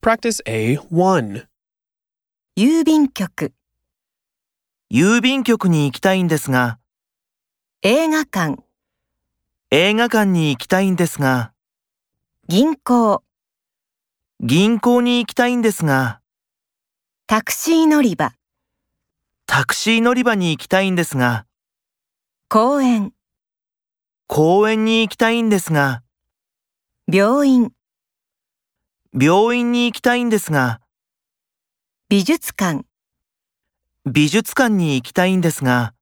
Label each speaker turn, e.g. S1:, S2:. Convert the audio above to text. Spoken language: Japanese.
S1: Practice A1.
S2: 郵便局、
S3: 郵便局に行きたいんですが、
S2: 映画館、
S3: 映画館に行きたいんですが、
S2: 銀行、
S3: 銀行に行きたいんですが、
S2: タクシー乗り場、
S3: タクシー乗り場に行きたいんですが、
S2: 公園、
S3: 公園に行きたいんですが、
S2: 病院、
S3: 病院に行きたいんですが、
S2: 美術館。
S3: 美術館に行きたいんですが、